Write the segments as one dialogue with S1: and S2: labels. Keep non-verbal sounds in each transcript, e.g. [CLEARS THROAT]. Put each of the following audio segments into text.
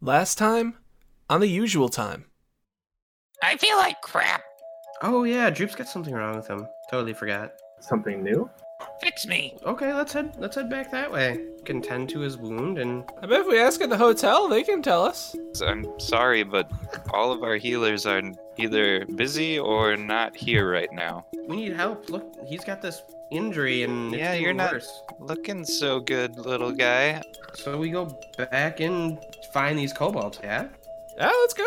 S1: Last time, on the usual time.
S2: I feel like crap.
S3: Oh yeah, Droop's got something wrong with him. Totally forgot.
S4: Something new?
S2: Fix me.
S3: Okay, let's head let's head back that way. Can tend to his wound and
S1: I bet if we ask at the hotel, they can tell us.
S5: I'm sorry, but all of our healers are either busy or not here right now.
S3: we need help. Look, he's got this injury and
S5: Yeah,
S3: it's
S5: you're
S3: getting
S5: not-
S3: worse.
S5: Looking so good, little guy.
S3: So we go back and find these kobolds. Yeah.
S1: Yeah, let's go.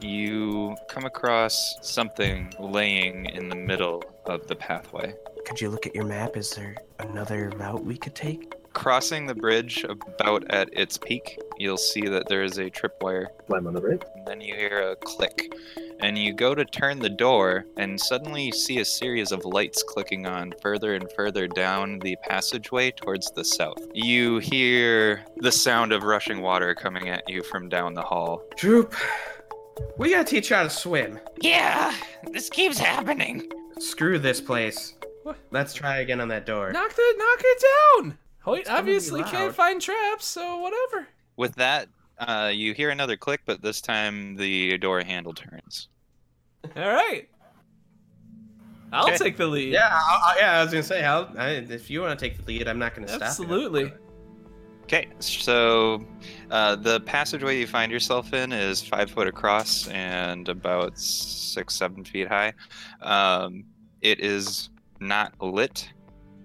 S5: You come across something laying in the middle of the pathway.
S3: Could you look at your map? Is there another route we could take?
S5: Crossing the bridge about at its peak, you'll see that there is a tripwire.
S4: Climb on the bridge.
S5: And then you hear a click, and you go to turn the door, and suddenly you see a series of lights clicking on further and further down the passageway towards the south. You hear the sound of rushing water coming at you from down the hall.
S3: Droop, we gotta teach you how to swim.
S2: Yeah, this keeps happening.
S3: Screw this place.
S1: What?
S3: Let's try again on that door.
S1: Knock it, knock it down. Hoyt
S3: gonna be
S1: obviously can't
S3: loud.
S1: find traps, so
S3: [LAUGHS]
S1: whatever.
S5: With that, uh, you hear another click, but this time the door handle turns.
S1: All right. I'll
S5: Okay.
S1: take the lead.
S3: Yeah, I, I- yeah. I was gonna say, I'll, I, if you want to take the lead, I'm not gonna stop. you.
S1: Absolutely.
S5: Okay, so uh, the passageway you find yourself in is five foot across and about six, seven feet high. Um, it is not lit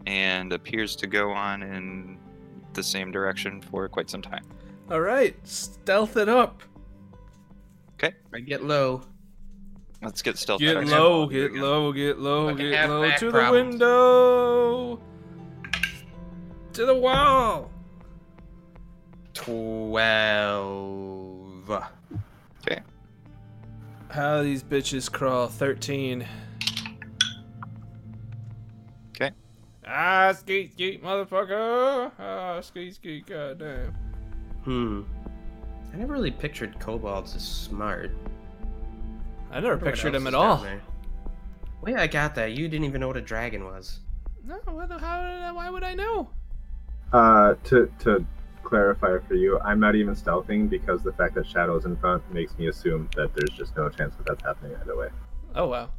S5: and appears to go on in the same direction for quite some time.
S1: All right. Stealth it up.
S5: Okay,
S3: I get low.
S5: let's get stealth.
S1: Get
S5: checks.
S1: low, get low, get low,
S3: Fucking
S1: get low.
S3: halfback
S1: To the
S3: problems.
S1: window. To the wall.
S3: Twelve.
S1: How these bitches crawl. 13.
S5: 'Kay.
S1: Ah, skeet, skeet, motherfucker. Ah, skeet, skeet, goddamn.
S3: Hmm. I never really pictured kobolds as smart.
S1: I never
S3: Wonder what
S1: pictured
S3: else
S1: him
S3: is
S1: at
S3: down
S1: all.
S3: there. Wait, I got that. You didn't even know what a dragon was.
S1: No, what the- how did I, why would I know?
S4: Uh, to to clarify for you, I'm not even stealthing because the fact that Shadow is in front makes me assume that there's just no chance that that's happening either way.
S1: Oh, wow.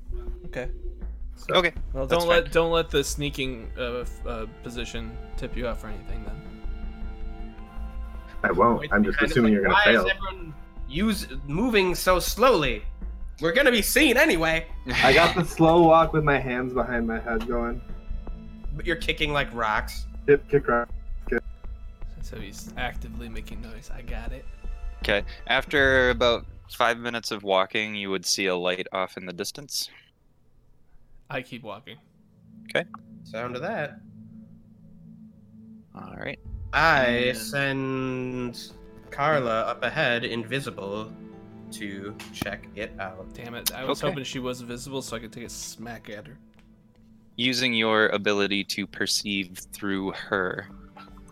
S1: Okay.
S4: So,
S5: Okay,
S1: Well,
S5: That's
S1: don't
S5: fine.
S1: let don't let the sneaking uh, f- uh, position tip you off or anything then.
S4: I won't. Oh, I'm just
S3: Kind of
S4: assuming
S3: like,
S4: you're gonna
S3: why
S4: fail.
S3: Why is everyone use moving so slowly? We're gonna be seen anyway.
S4: I got the slow walk with my hands behind my head going.
S3: But you're kicking like rocks.
S4: Hip kick rock.
S1: So he's actively making noise. I got it.
S5: [LAUGHS] Okay, after about five minutes of walking, you would see a light off in the distance.
S1: I keep walking.
S3: Sound of that.
S5: All right.
S3: I
S5: Yeah.
S3: Mm. send Carla up ahead, invisible, to check it out.
S1: Damn it! I was
S5: Okay.
S1: hoping she was visible so I could take a smack at her.
S5: using your ability to perceive through her,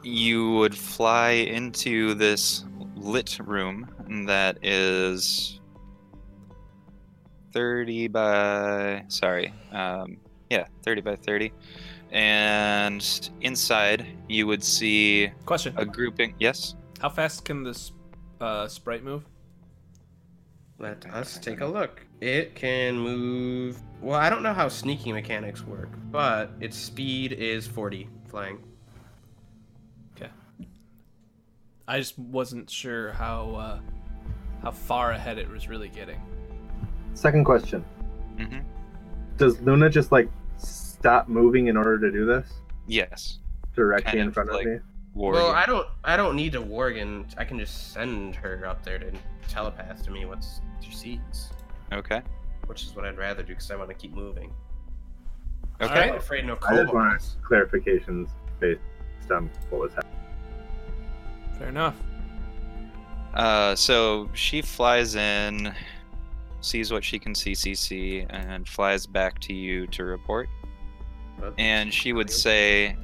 S5: you would fly into this lit room that is 30 by sorry um, yeah 30 by 30 and inside you would see
S1: Question:
S3: Uh,
S5: a grouping yes
S1: How fast can this uh, sprite move?
S3: Let us take a look. It can move. Well, I don't know how sneaking mechanics work, but its speed is 40 flying.
S1: I just wasn't sure how uh, how far ahead it was really getting.
S4: Second question:
S5: hmm
S4: Does Luna just like stop moving in order to do this
S5: yes
S4: directly
S5: Kind
S4: in
S5: of
S4: front of
S5: like-
S4: me?
S5: warrior
S3: Well, I don't. I don't need to wargan. I can just send her up there to telepath to me what's she sees,
S5: okay
S3: which is what I'd rather do because I want to keep moving.
S5: okay
S3: I'm afraid no
S4: I just want
S3: kobolds.
S4: clarifications based on what was happening.
S1: Fair enough.
S5: Uh, so she flies in, sees what she can see, CC, and flies back to you to report.
S3: But-
S5: And she would say,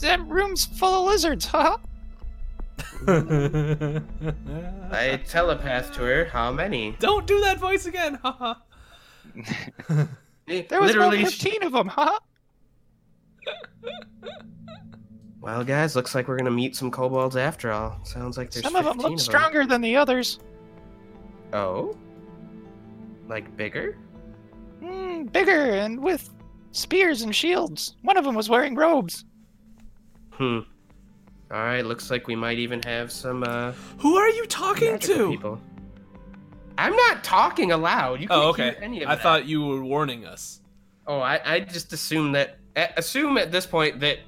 S5: "That room's full of lizards, huh?"
S3: I telepath to her. How many?
S1: Don't do that voice again. Haha.
S3: There
S5: There was about
S3: literally.
S5: fifteen of them, huh?
S3: Well, guys, looks like we're gonna meet some kobolds after all. Sounds like there's
S2: Some of them
S3: 15
S2: look stronger than the others.
S3: Oh, like bigger?
S6: Hmm,
S2: Mm, bigger and with spears and shields. One of them was wearing robes.
S3: Hmm. All right, looks like we might even have some uh
S1: Who are you talking
S3: magical
S1: to?
S3: people. I'm not talking aloud. You can't
S1: Oh,
S3: hear
S1: okay.
S3: any of
S1: I
S3: that.
S1: thought you were warning us.
S3: Oh, I, I just assume that a- assume at this point that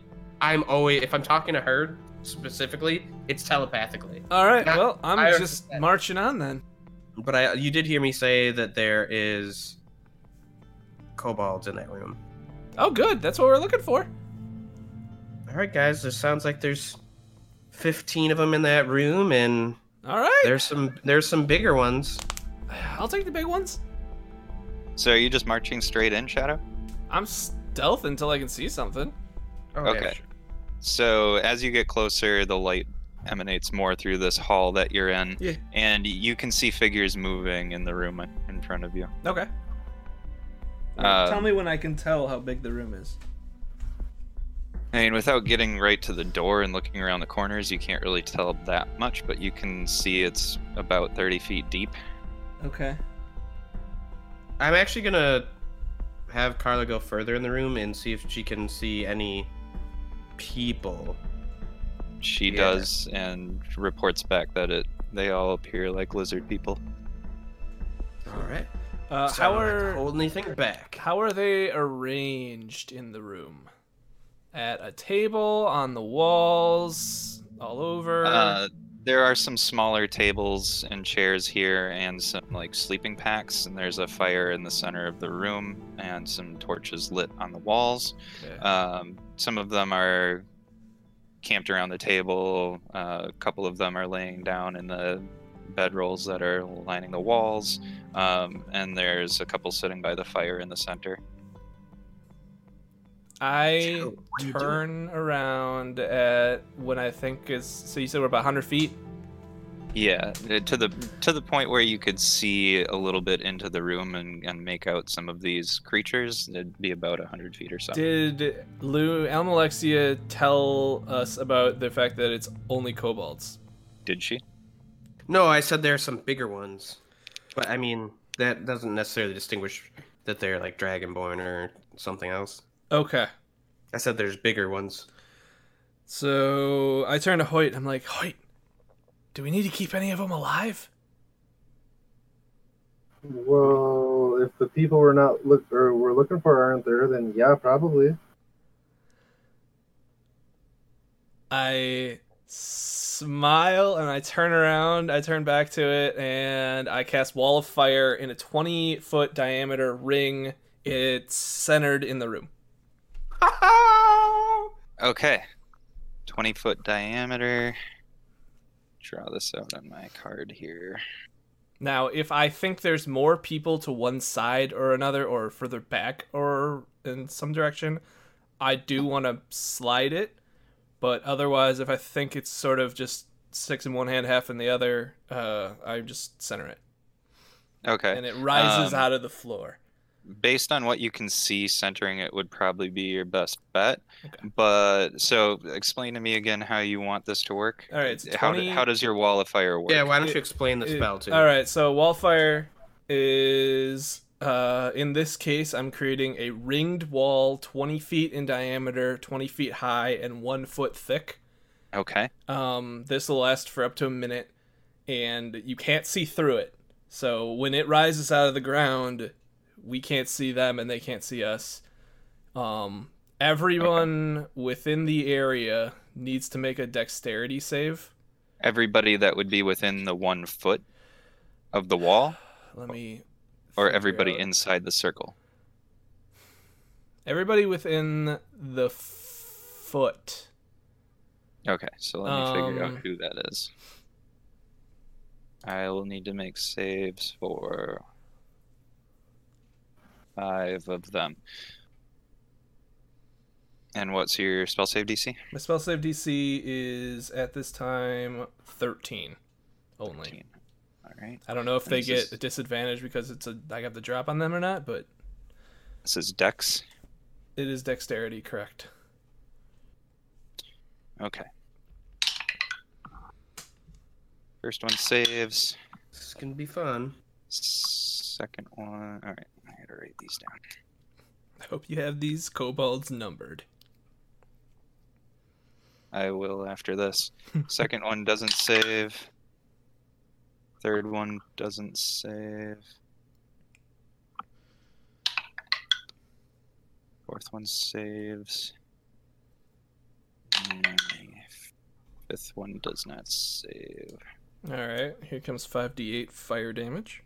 S3: I'm always if I'm talking to her specifically, it's telepathically.
S1: All right.
S3: Nah,
S1: Well, I'm
S3: I
S1: just
S3: understand.
S1: marching on then.
S3: But I you did hear me say that there is kobolds in that room.
S1: Oh, good. That's what we're looking for.
S3: All right, guys, this sounds like there's 15 of them in that room and
S1: All right.
S3: there's some there's some bigger ones.
S1: I'll take the big ones.
S5: So are you just marching straight in, Shadow?
S1: I'm stealth until I can see something.
S3: Oh,
S5: Okay. So as you get closer, the light emanates more through this hall that you're in,
S3: Yeah.
S5: and you can see figures moving in the room in front of you.
S1: Okay.
S5: Uh, Tell
S1: me when I can tell how big the room is.
S5: I mean, without getting right to the door and looking around the corners, you can't really tell that much, but you can see it's about 30 feet deep.
S1: Okay.
S3: I'm actually gonna have Carla go further in the room and see if she can see any people.
S5: She
S3: Yeah.
S5: does and reports back that it they all appear like lizard people.
S3: All right.
S1: Uh,
S3: So
S1: how
S3: I don't have to
S1: are
S3: hold anything back?
S1: how are they arranged in the room? At a table, on the walls, all over.
S5: Uh, there are some smaller tables and chairs here and some like sleeping packs and there's a fire in the center of the room and some torches lit on the walls.
S1: Okay.
S3: uh,
S5: Um, some of them are camped around the table. Uh, a couple of them are laying down in the bedrolls that are lining the walls. Um, and there's a couple sitting by the fire in the center.
S1: I
S3: Joe, what are you doing?
S1: turn around at what I think is. So you said we're about 100 feet.
S5: Yeah, uh, to the to the point where you could see a little bit into the room and, and make out some of these creatures. It'd be about hundred feet or so.
S1: Did Lou Almalexia tell us about the fact that it's only kobolds?
S5: Did she?
S3: No, I said there are some bigger ones, but I mean that doesn't necessarily distinguish that they're like dragonborn or something else.
S1: Okay.
S3: I said there's bigger ones.
S1: So I turn to Hoyt. I'm like, Hoyt, do we need to keep any of them alive?
S4: Well, if the people we're not look or we're looking for aren't there, then yeah, probably.
S1: I smile and I turn around. I turn back to it and I cast Wall of Fire in a 20 foot diameter ring. It's centered in the room.
S5: Okay, twenty foot diameter. Draw this out on my card here.
S1: Now, if I think there's more people to one side or another, or further back or in some direction, I do want to slide it. But otherwise, if I think it's sort of just six in one hand, half in the other, uh, I just center it.
S5: Okay,
S1: And it rises
S5: Um,
S1: out of the floor.
S5: based on what you can see, centering it would probably be your best bet.
S1: Okay.
S5: But so, explain to me again how you want this to work.
S1: All right, it's
S5: how,
S1: 20
S5: do, how does your wall of fire work?
S3: Yeah, why don't
S1: It-
S3: you explain the
S1: it-
S3: spell to me?
S1: All right, so wallfire is uh, in this case, I'm creating a ringed wall, 20 feet in diameter, 20 feet high, and one foot thick.
S5: Okay.
S1: Um, this will last for up to a minute, and you can't see through it. So when it rises out of the ground, we can't see them, and they can't see us. Um, everyone within the area needs to make a dexterity save.
S5: everybody that would be within the one foot of the wall
S1: Let me.
S5: or
S1: figure
S5: everybody
S1: out-
S5: inside the circle
S1: Everybody within the f- foot.
S5: okay so let me figure out
S1: Um,
S5: who that is i will need to make saves for five of them and what's your spell save dc
S1: My spell save DC is at this time 13 only.
S5: 13. all right
S1: I don't know if
S5: And
S1: they
S5: this
S1: get
S5: is-
S1: a disadvantage because it's a I have the drop on them or not, but
S5: this is dex
S1: it is dexterity, correct?
S5: Okay. First one saves.
S3: This is gonna be fun.
S5: Second one. All right. I gotta write these down.
S1: [LAUGHS] I hope you have these kobolds numbered.
S5: I will after this. Second one doesn't save. Third one doesn't save. Fourth one saves. And Fifth one does not save.
S1: All right, here comes 5d8 fire damage.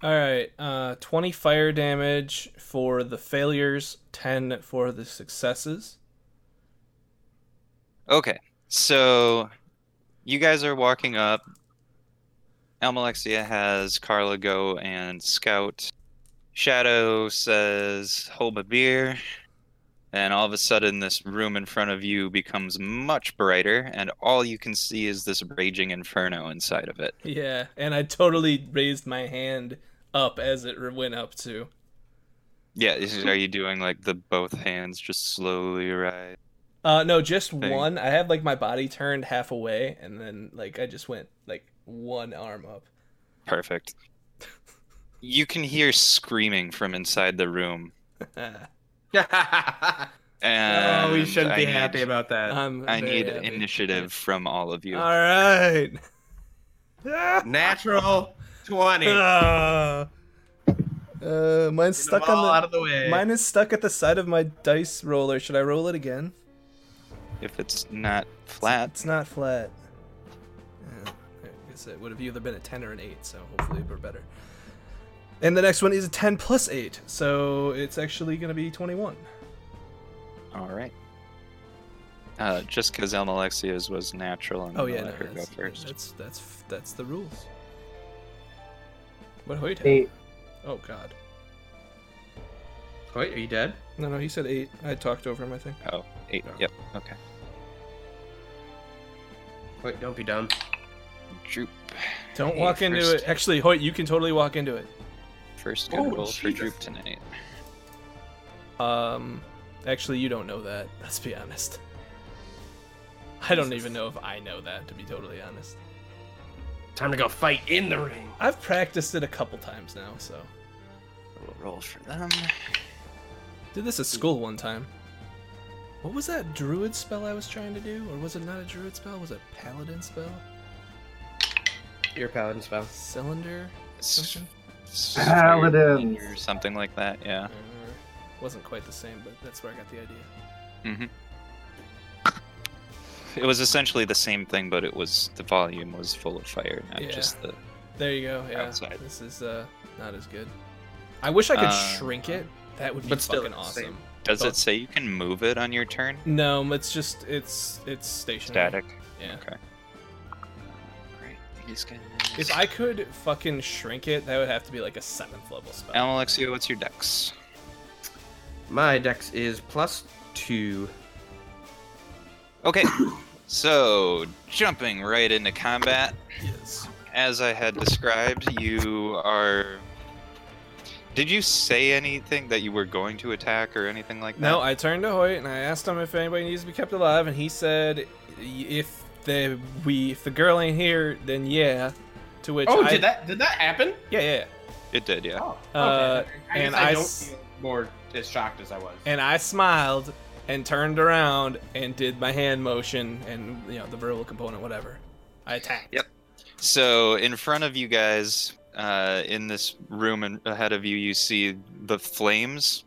S1: All right, uh, 20 fire damage for the failures, 10 for the successes. [LAUGHS]
S5: Okay, so you guys are walking up. Almalexia has Carla go and scout. Shadow says, hold a beer. And all of a sudden, this room in front of you becomes much brighter, and all you can see is this raging inferno inside of it.
S1: Yeah, and I totally raised my hand up as it re- went up too.
S5: Yeah, is, are you doing like the both hands just slowly rise?
S1: Uh, no, just
S5: Thing.
S1: one. I have like my body turned half away, and then like I just went like one arm up. [LAUGHS]
S5: Perfect. You can hear screaming from inside the room,
S1: Ah.
S5: and
S3: [LAUGHS] oh, we shouldn't
S5: I
S3: be
S5: need-
S3: happy about that.
S1: I'm
S5: I
S1: very
S5: need
S1: happy.
S5: initiative from all of you.
S1: All right.
S3: [LAUGHS] Natural twenty. Get
S1: Ah. uh, mine's
S3: them
S1: stuck
S3: all out
S1: on
S3: of the way.
S1: the. Mine is stuck at the side of my dice roller. Should I roll it again?
S5: If it's not flat,
S1: It's not flat. Yeah, I guess it would have either been a 10 or an 8, so hopefully we're better. And the next one is a 10 plus 8, so it's actually going to be 21.
S5: all right. Uh, just because Elmalexia's was natural, and
S1: Oh, yeah, no,
S5: let her go
S1: that's,
S5: first.
S1: that's, that's, that's the rules. What Hoyt had?
S4: Eight.
S1: Oh, God.
S3: Wait, are you dead?
S1: No, no, he said 8. I talked over him, I think.
S5: Oh, eight. Yep. Okay.
S3: Wait, don't be dumb.
S5: Droop.
S1: Don't
S5: Hey,
S1: walk into
S5: first-
S1: it. Actually, Hoyt, you can totally walk into it.
S5: First good
S3: Oh,
S5: roll for
S3: Jesus.
S5: Droop tonight.
S1: Um, actually, you don't know that. Let's be honest. I don't even know if I know that, to be totally honest.
S3: Time to go fight in the ring.
S1: I've practiced it a couple times now, so.
S5: We'll roll for them.
S1: Did this at school one time. What was that druid spell I was trying to do? Or was it not a druid spell? Was it a paladin spell?
S3: Your paladin spell.
S1: Cylinder?
S5: S-
S1: Something?
S5: s-
S4: Paladins.
S5: or something like that. Yeah.
S1: Or- wasn't quite the same, but that's where I got the idea.
S5: It was essentially the same thing, but it was the volume was full of fire, not
S1: Yeah.
S5: just the.
S1: There you go. Yeah.
S5: Outside.
S1: This is uh, not as good. I wish I could
S5: Uh,
S1: shrink it. That would be
S3: but still
S1: fucking
S3: it's the
S1: awesome.
S3: same.
S5: Does
S1: Oh.
S5: it say you can move it on your turn?
S1: No, it's just it's it's stationary.
S5: Static.
S1: Yeah.
S5: Okay. Right. These guys.
S1: If I could fucking shrink it, that would have to be like a seventh level spell.
S5: Almalexia, what's your dex?
S3: My dex is plus two.
S5: Okay. so jumping right into combat.
S1: Yes.
S5: as I had described, you are. Did you say anything that you were going to attack or anything like that?
S1: No, I turned to Hoyt and I asked him if anybody needs to be kept alive, and he said, "Y- "If the we if the girl ain't here, then yeah." To which I
S3: that Oh, did that happen?
S1: yeah yeah,
S5: It did, yeah.
S3: Oh,
S1: yeah. Uh, and I, s-
S3: more as shocked as I was.
S1: and I smiled and turned around and did my hand motion and you know the verbal component whatever. I attacked.
S5: Yep. So in front of you guys, uh, in this room and ahead of you, you see the flames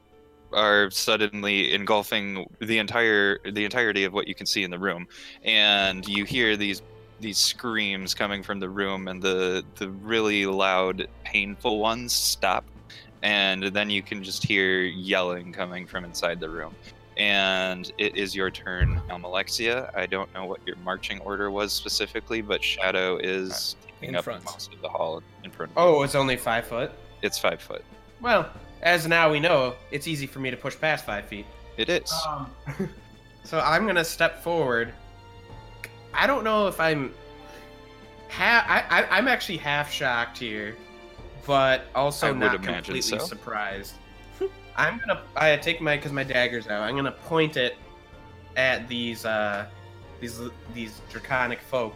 S5: are suddenly engulfing the entire the entirety of what you can see in the room, and you hear these these screams coming from the room, and the the really loud, painful ones stop, and then you can just hear yelling coming from inside the room. And it is your turn, Almalexia. I don't know what your marching order was specifically, but Shadow is taking
S1: In
S5: up
S1: front.
S5: most of the hall in front. Of
S3: oh, it's only five foot.
S5: It's five foot.
S3: Well, as now we know, it's easy for me to push past five feet.
S5: It is.
S3: Um, [LAUGHS] so I'm gonna step forward. I don't know if I'm. Ha- I, I, I'm actually half shocked here but also
S5: I would
S3: not
S5: imagine
S3: completely
S5: so.
S3: surprised. [LAUGHS] I'm gonna I take my because my dagger's out. I'm gonna point it at these uh these these draconic folk.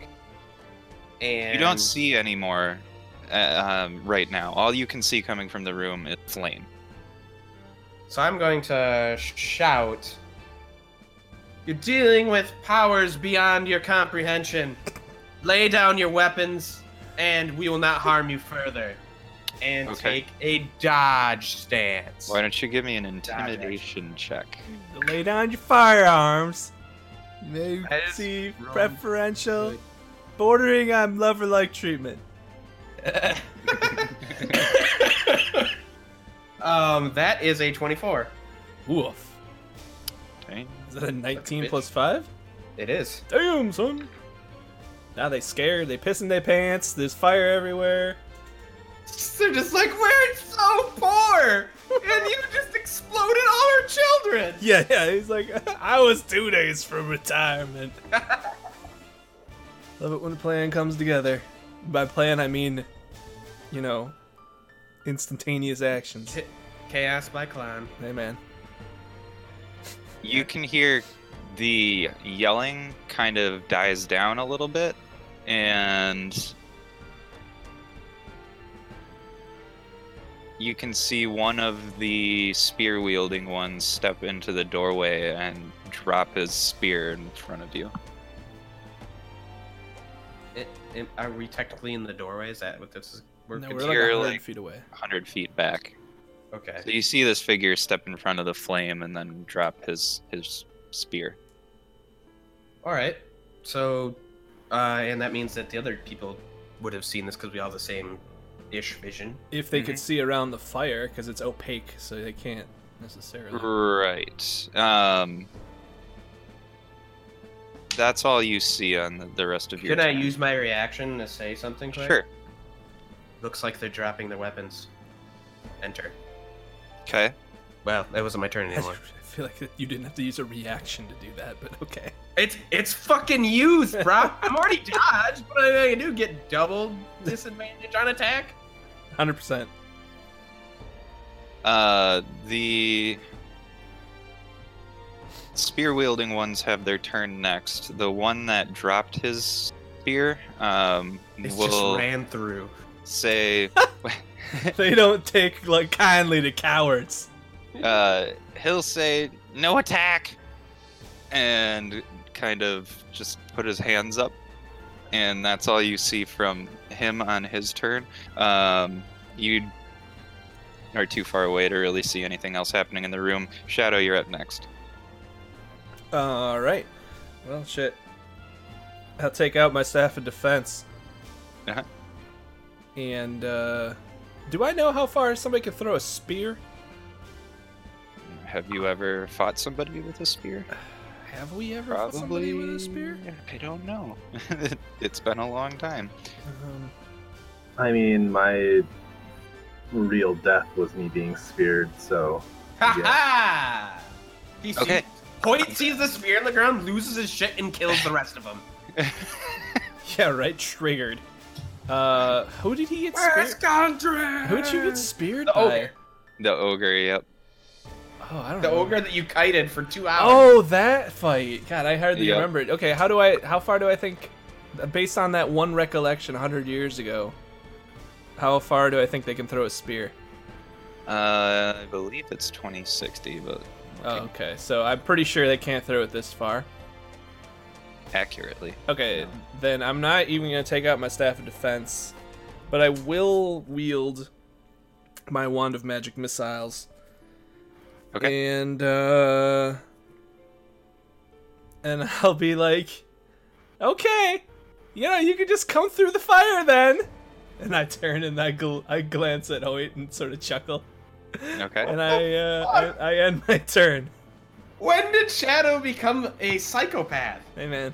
S3: And
S5: You don't see anymore uh, um, right now. All you can see coming from the room is Lane.
S3: So I'm going to sh- shout. You're dealing with powers beyond your comprehension. Lay down your weapons, and we will not harm you further. And
S5: Okay.
S3: take a dodge stance.
S5: Why don't you give me an intimidation check?
S7: Lay down your firearms. May
S3: That is
S7: receive
S3: wrong.
S7: preferential, bordering on lover-like treatment.
S3: [LAUGHS] um, that is a 24.
S1: Woof.
S5: Okay.
S1: Is that a 19
S3: bitch.
S1: plus 5?
S3: It is.
S1: Damn, son. Now they scared. They pissing their pants. There's fire everywhere.
S3: They're just like, we're so poor, and you just exploded all our children.
S1: Yeah, yeah. He's like, [LAUGHS] I was two days from retirement. Love it when a plan comes together. By plan, I mean, you know, instantaneous actions.
S3: Chaos by clown.
S1: Hey, man.
S5: You can hear the yelling kind of dies down a little bit, and you can see one of the spear wielding ones step into the doorway and drop his spear in front of you.
S3: It, it- are we technically in the doorway? Is that what this is? We're
S1: No,
S3: con-
S1: we're like
S5: you're
S1: 100
S5: like-
S1: feet away.
S5: 100 feet back.
S3: okay.
S5: So you see this figure step in front of the flame and then drop his his spear.
S3: All right. So, uh, and that means that the other people would have seen this because we all have the same ish vision.
S1: If they could see around the fire, because it's opaque, so they can't necessarily.
S5: Right. Um. That's all you see on the, the rest of your.
S3: Could I
S5: turn.
S3: use my reaction to say something? Quick?
S5: Sure.
S3: Looks like they're dropping their weapons. Enter.
S5: Okay.
S3: Well, that wasn't my
S1: [LAUGHS]
S3: turn
S1: I
S3: anymore.
S1: feel like you didn't have to use a reaction to do that, but okay.
S3: [LAUGHS] It's it's fucking used, bro. I'm already dodged, but I, I do get double disadvantage on attack.
S1: 100%.
S5: Uh, the spear wielding ones have their turn next. The one that dropped his spear um,
S3: It just
S5: will
S3: ran through.
S5: say
S1: they don't take like kindly to cowards.
S5: uh, he'll say no attack and kind of just put his hands up and that's all you see from him on his turn um, you are too far away to really see anything else happening in the room shadow you're up next
S1: All right. Well, shit. I'll take out my staff of defense.
S5: Uh-huh.
S1: And uh, do I know how far somebody can throw a spear?
S5: have you ever fought somebody with a spear
S1: Have we ever fought somebody
S5: probably
S1: with a spear?
S5: i don't know [LAUGHS] it's been a long time
S1: Um,
S4: I mean, my real death was me being speared, so
S3: Ha ha! He sees-
S5: Okay.
S3: Hoyt sees the spear in the ground, loses his shit, and kills the rest of [LAUGHS] them.
S1: yeah, right. Triggered. Uh, who did he get speared?
S3: Gondra?
S1: Who did you get speared
S3: The
S1: by?
S3: ogre.
S5: the ogre yep
S1: Oh, I don't
S3: The
S1: know.
S3: ogre that you kited for two hours.
S1: Oh, that fight! God, I hardly
S5: Yep.
S1: remember it. Okay, how do I? How far do I think, based on that one recollection hundred years ago, how far do I think they can throw a spear?
S5: uh, i believe it's 2060 but
S1: Oh, okay. So I'm pretty sure they can't throw it this far.
S5: accurately
S1: Okay, then I'm not even gonna take out my staff of defense, but I will wield my wand of magic missiles.
S5: Okay.
S1: And uh and [LAUGHS] I'll be like, okay, you know, you can just come through the fire then. And I turn and I gl- I glance at Hoyt and sort of chuckle,
S5: okay Oh,
S1: and I uh, I, I end my [LAUGHS] turn.
S3: When did Shadow become a psychopath?
S1: Hey man,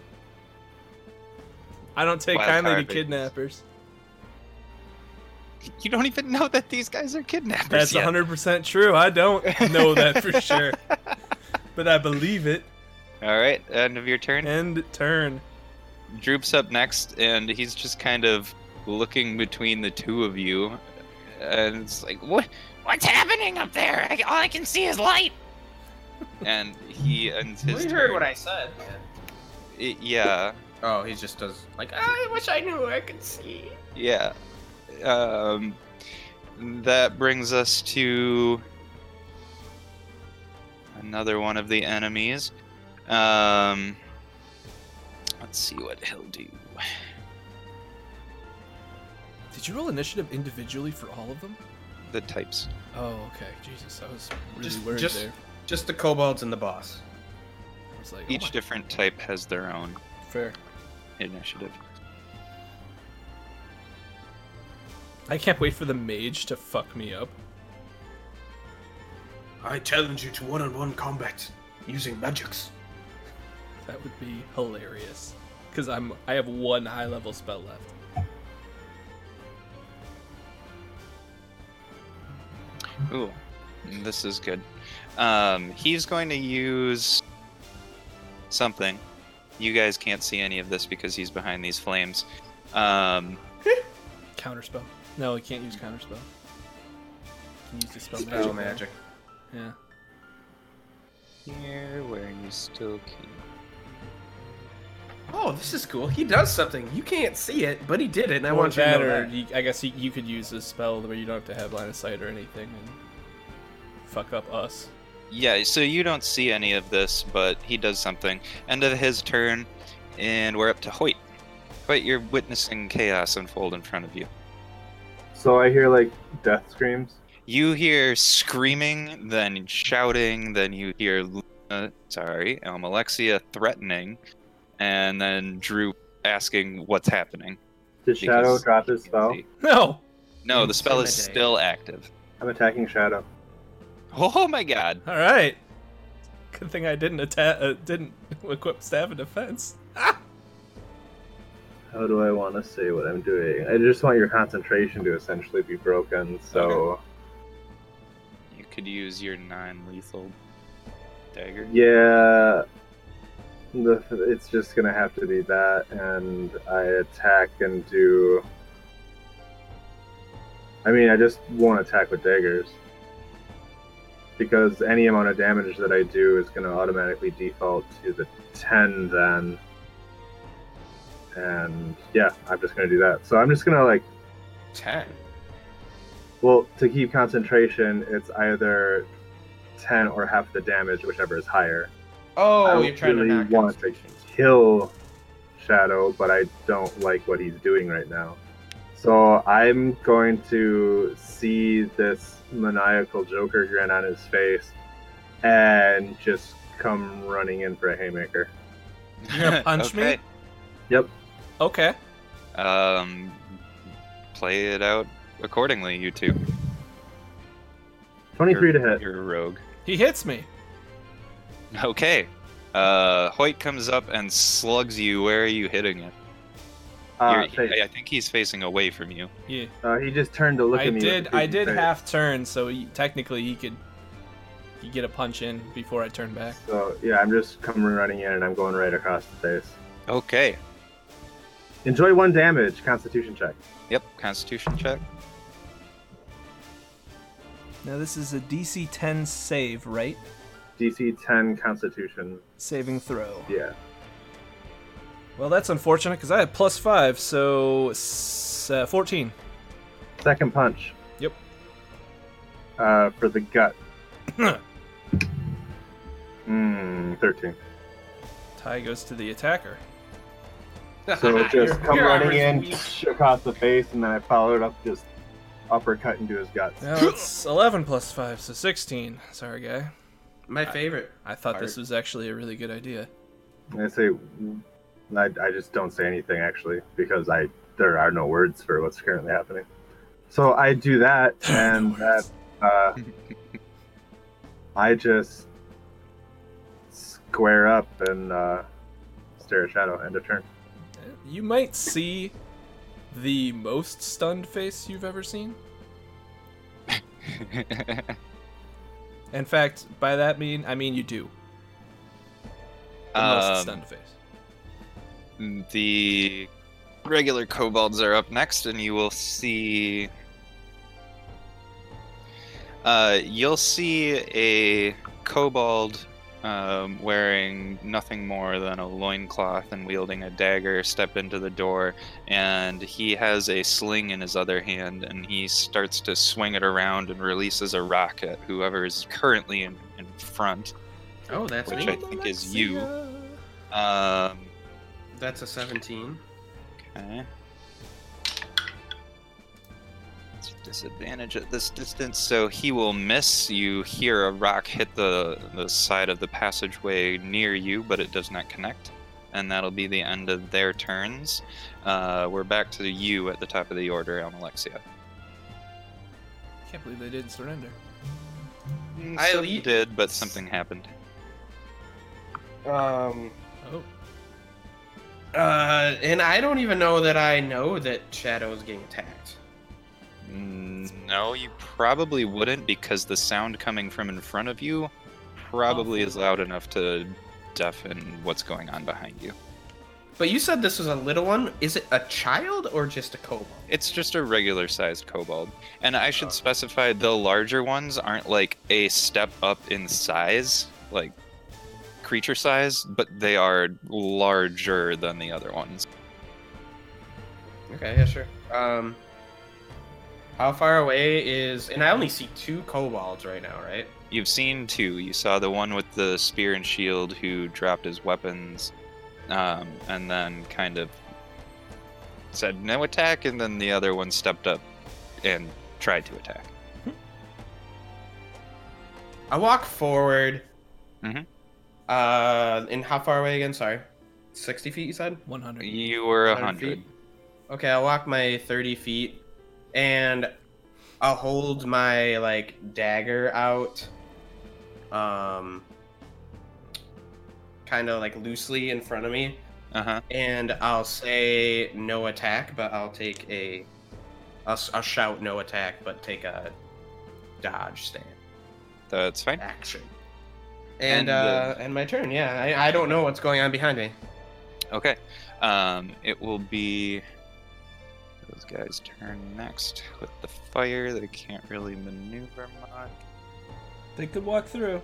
S1: I don't take
S5: Wild
S1: kindly to
S5: card, but-
S1: kidnappers.
S5: You don't even know that these guys are kidnappers.
S1: That's
S5: yet.
S1: 100% true. I don't know that [LAUGHS] for sure. But I believe it.
S5: All right, end of your turn.
S1: End turn.
S5: Droop's up next, and he's just kind of looking between the two of you and it's like what
S2: What's happening up there? I, all I can see is light.
S5: and he ends his
S3: We heard what
S5: turn.
S3: I said.
S5: I- yeah
S3: Oh, he just does like ah, I wish I knew I could see.
S5: yeah um that brings us to another one of the enemies um let's see what he'll do
S1: Did you roll initiative individually for all of them?
S5: the types
S1: Oh, okay. Jesus, I was really
S3: Just-
S1: worried
S3: just-
S1: there.
S3: Just the kobolds and the boss.
S1: I was like,
S5: each
S1: oh my-
S5: different type has their own
S1: fair.
S5: initiative
S1: I can't wait for the mage to fuck me up.
S3: I challenge you to one-on-one combat using magics.
S1: That would be hilarious. Cause I'm I have one high level spell left.
S5: Ooh, this is good. Um, he's going to use something. You guys can't see any of this because he's behind these flames. Um,
S1: Counterspell. No, I can't use counterspell. Can use dispel magic.
S3: Spell Oh, magic.
S1: Yeah.
S5: here, where you still can.
S3: Oh, this is cool. He does something. You can't see it, but he did it, and I
S1: Or
S3: want you to
S1: that,
S3: know
S1: or
S3: that.
S1: you- I guess you, you could use this spell where you don't have to have line of sight or anything and fuck up us.
S5: Yeah, so you don't see any of this, but he does something. End of his turn, and we're up to Hoyt. Hoyt, you're witnessing chaos unfold in front of you.
S4: So I hear like death screams.
S5: You hear screaming, then shouting, then you hear Luna, sorry, um, Alexia threatening, and then Drew asking what's happening.
S4: Did Shadow
S5: because
S4: drop
S5: he
S4: his
S5: can't
S4: spell?
S5: see.
S1: No!
S5: No, the spell is
S3: Intimidate.
S5: still active.
S4: I'm attacking Shadow.
S5: Oh my god.
S1: Alright. Good thing I didn't attack uh, didn't [LAUGHS] equip stab and defense.
S4: How do I want to say what I'm doing? I just want your concentration to essentially be broken.
S5: [LAUGHS]
S4: So
S5: You could use your non lethal dagger. [LAUGHS]
S4: yeah, the, it's just gonna have to be that, and I attack and do. I mean, I just won't attack with daggers because any amount of damage that I do is gonna automatically default to the ten then. And yeah, I'm just gonna do that. So I'm just gonna like
S3: Ten.
S4: Well, to keep concentration, it's either ten or half the damage, whichever is higher. I
S3: Oh,
S4: don't
S3: you're trying
S4: really
S3: to knock
S4: want
S3: out
S4: to
S3: situations.
S4: kill Shadow, but I don't like what he's doing right now. So I'm going to see this maniacal Joker grin on his face and just come running in for a haymaker.
S1: You're gonna punch me?
S5: okay.
S4: Yep.
S1: Okay.
S5: Um, play it out accordingly, you two.
S4: 23 to
S5: You're-
S4: hit.
S5: You're a rogue.
S1: He hits me.
S5: Okay. Uh, Hoyt comes up and slugs you. Where are you hitting him?
S4: Uh,
S5: You're-
S4: face.
S5: I I think he's facing away from you.
S1: Yeah.
S4: Uh, he just turned to look
S1: I
S4: at me. with
S1: did.
S4: a
S1: I
S4: creepy
S1: did
S4: face.
S1: half turn, so he, technically he could. You get a punch in before I turn back.
S4: So yeah, I'm just coming running in and I'm going right across the face.
S5: Okay.
S4: Enjoy one damage. Constitution check.
S5: Yep. Constitution check. [LAUGHS]
S1: Now this is a DC 10 save, right?
S4: DC 10 Constitution.
S1: Saving throw.
S4: Yeah.
S1: Well, that's unfortunate because I had plus five, so s- uh, 14.
S4: Second punch.
S1: Yep.
S4: Uh, for the gut. Hmm. 13.
S1: Tie goes to the attacker.
S3: [LAUGHS]
S4: So just come
S3: your
S4: running in
S3: armor's
S4: sh- across the face, and then I followed up just uppercut into his guts.
S1: Now it's 11 plus five, so 16. Sorry, guy.
S3: My favorite.
S1: I thought this was actually a really good idea.
S4: And I say, I, I just don't say anything actually because I there are no words for what's currently happening. So I do that, and that uh, I just square up and uh, stare at Shadow. End of turn.
S1: You might see the most stunned face you've ever seen. In fact, by that mean, I mean you do. The most
S5: um,
S1: stunned face.
S5: the regular kobolds are up next, and you will see Uh, you'll see a kobold um, wearing nothing more than a loincloth and wielding a dagger step into the door, and he has a sling in his other hand, and he starts to swing it around and releases a rock at whoever is currently in, in front.
S3: Oh, that's
S5: Which
S3: me.
S5: I think is you. Um,
S3: That's a 17.
S5: okay. It's a disadvantage at this distance, so he will miss. You hear a rock hit the, the side of the passageway near you, but it does not connect. And that'll be the end of their turns. Uh, we're back to you at the top of the order, Almalexia.
S1: Can't believe they didn't surrender.
S3: I
S5: Some
S3: lead-
S5: did, but something happened.
S3: Um,
S1: Oh,
S3: uh, and I don't even know that I know that Shadow is getting attacked.
S5: Mm, No, you probably wouldn't because the sound coming from in front of you probably is loud enough to deafen what's going on behind you.
S3: But you said this was a little one. Is it a child or just a kobold?
S5: It's just a regular sized kobold. And I should specify the larger ones aren't like a step up in size, like creature size, but they are larger than the other ones.
S3: Okay, yeah, sure. Um, how far away is? And I only see two kobolds right now, right?
S5: You've seen two. You saw the one with the spear and shield who dropped his weapons, um, and then kind of said no attack, and then the other one stepped up and tried to attack.
S3: I walk forward.
S5: Mhm.
S3: Uh, and how far away again? Sorry, sixty feet. You said.
S1: 100.
S5: You were a
S3: 100
S5: hundred.
S3: feet. Okay, I'll walk my 30 feet and I'll hold my like dagger out um kind of like loosely in front of me
S5: Uh huh.
S3: and I'll say no attack, but I'll take a I'll, s- I'll shout no attack but take a dodge stand
S5: That's fine.
S3: action. And,
S5: And, uh,
S3: uh, and my turn. Yeah, I, I don't know what's going on behind me.
S5: Okay. Um, it will be those guys' turn next with the fire. They can't really maneuver much. [LAUGHS]
S1: They could walk through.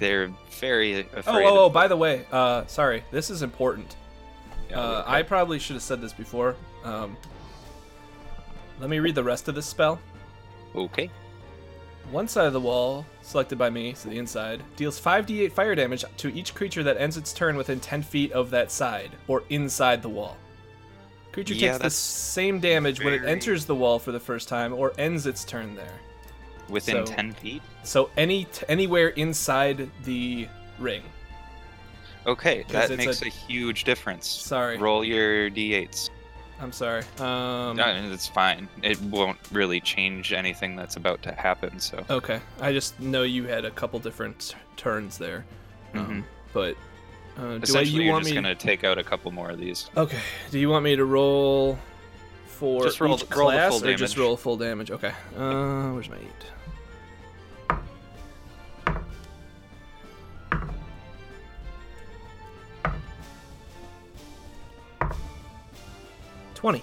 S5: They're very afraid.
S1: Oh, oh, oh,
S5: of-
S1: by the way, uh, sorry, this is important.
S5: Yeah,
S1: Uh, I probably should have said this before. Um, let me read the rest of this spell.
S5: okay.
S1: One side of the wall, selected by me, so the inside, deals 5d8 fire damage to each creature that ends its turn within 10 feet of that side, or inside the wall. Creature
S5: Yeah,
S1: takes the
S5: that's
S1: same damage when it
S5: very-
S1: enters the wall for the first time, or ends its turn there.
S5: Within
S1: So-
S5: ten feet.
S1: So any t- anywhere inside the ring.
S5: Okay,
S1: 'Cause
S5: that
S1: it's
S5: makes
S1: a-
S5: a... huge difference.
S1: Sorry,
S5: Roll your d8s.
S1: I'm sorry. Um,
S5: No, it's fine. It won't really change anything that's about to happen. So,
S1: Okay, I just know you had a couple different turns there, um, but uh, do I,
S5: Mm-hmm. essentially,
S1: you
S5: you are
S1: want
S5: just
S1: me?
S5: gonna take out a couple more of these.
S1: Okay. Do you want me to roll for
S5: Just roll
S1: each
S5: the- roll the
S1: class
S5: full
S1: or just
S5: damage.
S1: roll full damage? Okay. Uh, where's my eight? Twenty.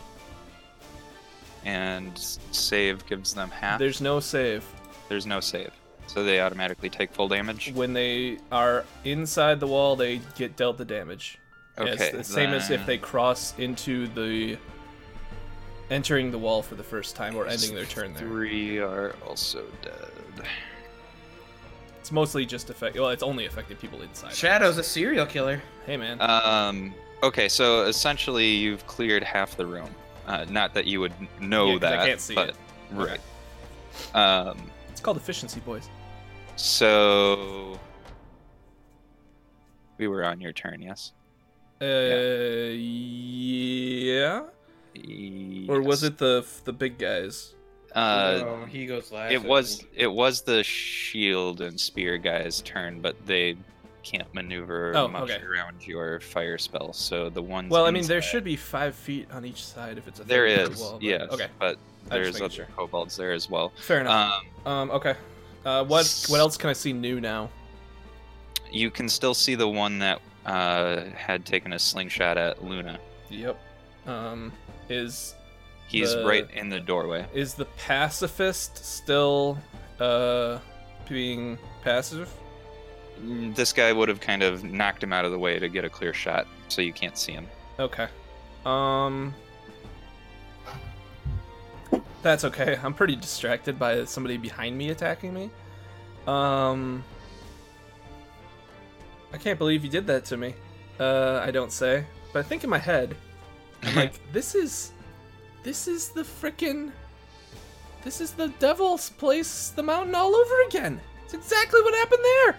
S5: And s- save gives them half.
S1: There's no save
S5: There's no save, so they automatically take full damage.
S1: when they are inside the wall. They get dealt the damage.
S5: Okay.
S1: it's the same as if they
S5: then-
S1: cross into the entering the wall for the first time or ending their turn there.
S5: Three are also dead.
S1: It's mostly just affect. Well, it's only affecting people inside.
S3: Shadow's a serial killer.
S1: Hey, man.
S5: Um. Okay, so essentially, you've cleared half the room. Uh, not that you would know
S1: Yeah, 'cause I
S5: that,
S1: can't see
S5: but
S1: it.
S5: right. Um.
S1: it's called efficiency, boys.
S5: So we were on your turn, yes?
S1: Uh, yeah. Or was
S5: Yes.
S1: it the the big guys?
S5: Uh,
S3: oh, he goes last. I
S5: it was
S3: think.
S5: it was the shield and spear guy's turn, but they can't maneuver
S1: Oh,
S5: much
S1: okay.
S5: around your fire spell. So the ones
S1: Well, I mean, there
S5: inside-
S1: should be five feet on each side if it's a
S5: there
S1: thirty-foot
S5: is
S1: wall, but-
S5: yes,
S1: Okay,
S5: but there's
S1: making
S5: other
S1: sure.
S5: kobolds there as well.
S1: fair enough.
S5: Um,
S1: Um, okay. Uh, what what else can I see new now?
S5: you can still see the one that uh, had taken a slingshot at Luna.
S1: Yep. Um, is
S5: He's
S1: The-
S5: right in the doorway.
S1: Is the pacifist still uh, being passive?
S5: Mm, This guy would have kind of knocked him out of the way to get a clear shot, so you can't see him.
S1: Okay. Um. That's okay. I'm pretty distracted by somebody behind me attacking me. Um. I can't believe you did that to me. Uh, I don't say, but I think in my head, I'm like, this is, this is the frickin', this is the devil's place, the mountain all over again. It's exactly what happened there.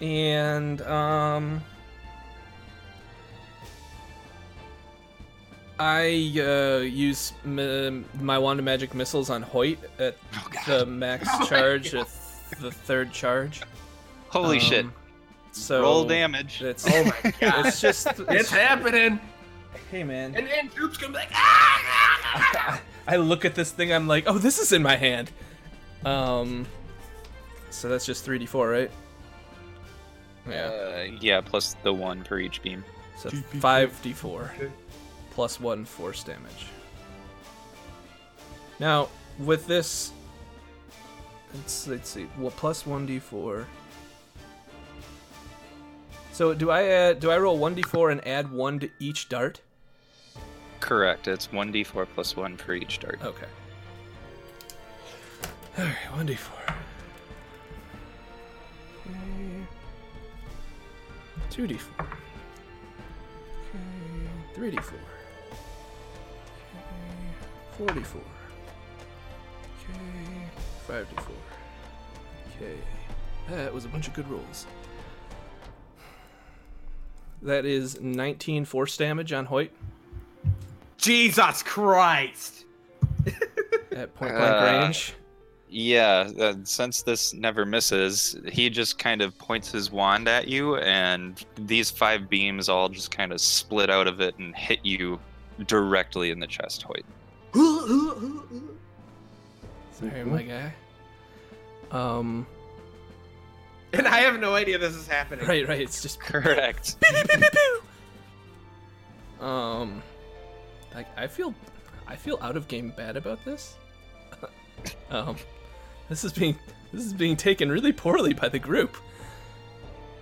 S1: And um, I uh, use m- my wand of magic missiles on Hoyt at
S5: [LAUGHS] Oh, God.
S1: the max charge, at the third charge.
S5: Holy shit.
S1: Um, So
S5: Roll damage.
S1: It's,
S3: Oh
S1: [LAUGHS]
S3: my god.
S1: it's just
S3: it's
S1: it's,
S3: happening.
S1: hey man.
S3: And then troops come like, ah! ah, ah."
S1: I look at this thing. I'm like, oh, this is in my hand. Um, so that's just three d four, right? Yeah.
S5: Uh, yeah, plus the one per each beam.
S1: So five d four plus one force damage. Now with this, let's let's see. Well, plus one d four. So do I add, do I roll one d four and add one to each dart?
S5: Correct. It's 1d4 plus 1 for each dart.
S1: Okay. Alright, 1d4. 2d4. 3d4. 4d4. 5d4. Okay. That was a bunch of good rolls. That is 19 force damage on Hoyt
S3: Jesus Christ.
S1: at point blank
S5: Uh,
S1: range.
S5: Yeah, uh, since this never misses, he just kind of points his wand at you, and these five beams all just kind of split out of it and hit you directly in the chest, Hoyt.
S1: Sorry, my guy. Um,
S3: And I have no idea this is happening.
S1: right, right. It's just
S5: Correct.
S1: um, like I feel, I feel out of game bad about this. [LAUGHS] um, this is being this is being taken really poorly by the group.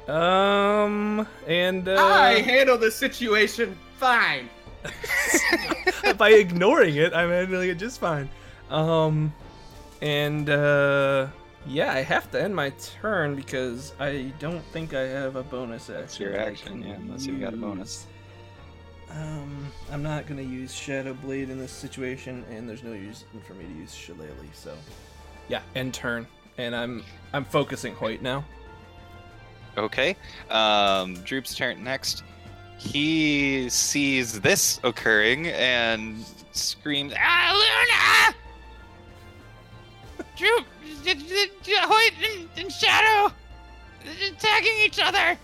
S1: Um, and
S3: I
S1: uh,
S3: handle the situation fine.
S1: [LAUGHS] by ignoring it, I'm handling it just fine. Um, and uh, yeah, I have to end my turn because I don't think I have a bonus action.
S5: That's your
S1: I
S5: action,
S1: can
S5: yeah, unless you've got a bonus.
S1: use. Um, I'm not gonna use Shadow Blade in this situation, and there's no use for me to use Shillelagh. So, yeah, end turn, and I'm I'm focusing Hoyt now.
S5: Okay. Um, Droop's turn next. He sees this occurring and screams, Ah, Luna! Droop, d- d- d- Hoyt and, and Shadow attacking each other!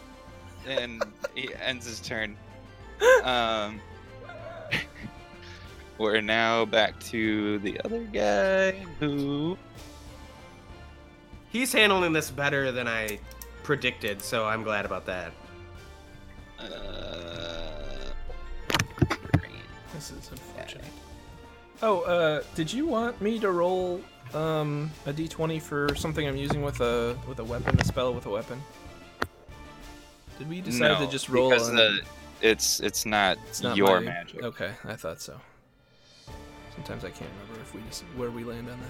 S5: And he ends his turn. Um, [LAUGHS] we're now back to the other guy who.
S3: He's handling this better than I predicted, so I'm glad about that.
S5: Uh,
S1: This is unfortunate. Oh, uh, did you want me to roll um, a d20 for something I'm using with a with a weapon, a spell with a weapon? Did we decide to
S5: No,
S1: just roll?
S5: because
S1: on-
S5: the, it's it's not,
S1: it's not
S5: your
S1: my- Oh.
S5: magic.
S1: Okay, I thought so. Sometimes I can't remember if we just, where we land on that.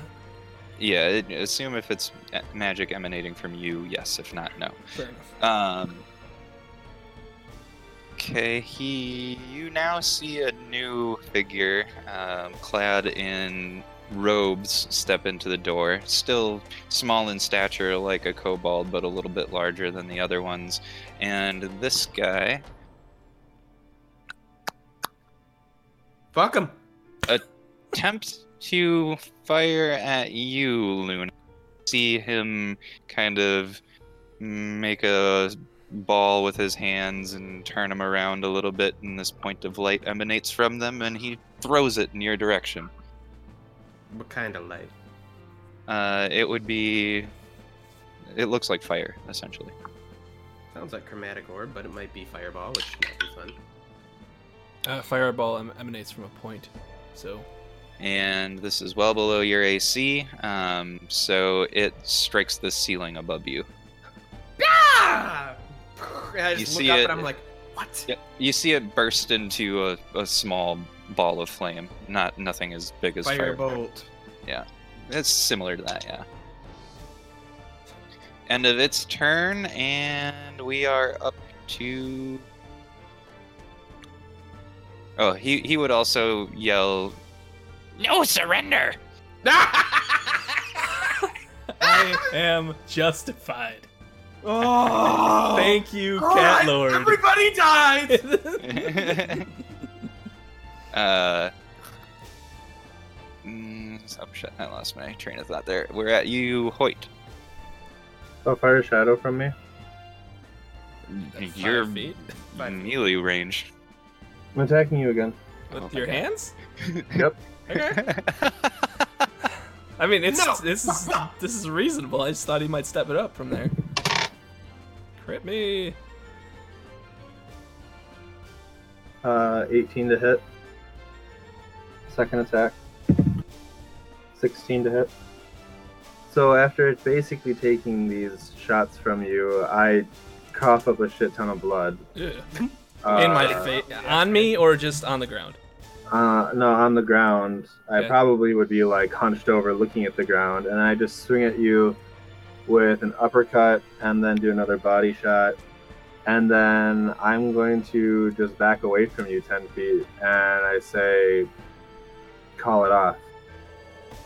S5: Yeah, it, assume if it's e- magic emanating from you, yes. If not, no.
S1: Fair enough.
S5: Um. Okay, he. You now see a new figure, um, clad in robes, step into the door. Still small in stature, like a kobold, but a little bit larger than the other ones. And this guy
S3: Fuck him.
S5: attempt to fire at you, Luna. See him kind of make a ball with his hands and turn him around a little bit, and this point of light emanates from them, and he throws it in your direction.
S3: What kind of light?
S5: Uh, it would be. It looks like fire, essentially.
S3: Sounds like chromatic orb, but it might be fireball, which might be fun.
S1: Uh, fireball em- emanates from a point, So
S5: and this is well below your AC, um, so it strikes the ceiling above you.
S3: Ah! And I
S5: You
S3: just
S5: see
S3: look up
S5: it-
S3: and I'm like, what?
S5: Yep. You see it burst into a, a small ball of flame. Not nothing as big as fire.
S3: Firebolt.
S5: It's similar to that, yeah. End of its turn, and we are up to. Oh, he he would also yell. [LAUGHS]
S2: No surrender.
S1: [LAUGHS] I am justified.
S3: oh,
S1: Thank you,
S3: God,
S1: Cat Lord. [LAUGHS]
S3: [LAUGHS] Everybody dies.
S5: uh. mm, Oh shit! I lost my train of thought there. We're at you, Hoyt.
S4: Oh, fire shadow from me.
S1: Five
S5: Your
S1: feet
S3: Five feet.
S5: melee
S3: [LAUGHS]
S5: range.
S4: I'm attacking you again.
S1: with
S5: Oh my
S1: your
S5: God.
S1: hands.
S4: [LAUGHS] Yep.
S1: Okay. I mean, it's
S3: No.
S1: this is this is reasonable. I just thought he might step it up from there. Crit me.
S4: Uh, 18 to hit. Second attack. 16 to hit. So after basically taking these shots from you, I cough up a shit ton of blood.
S1: Ugh.
S4: Uh,
S1: In my face, on me or just on the ground?
S4: Uh, no, on the ground. I
S1: Okay.
S4: probably would be like hunched over looking at the ground, and I just swing at you with an uppercut and then do another body shot. And then I'm going to just back away from you 10 feet, and I say, call it off.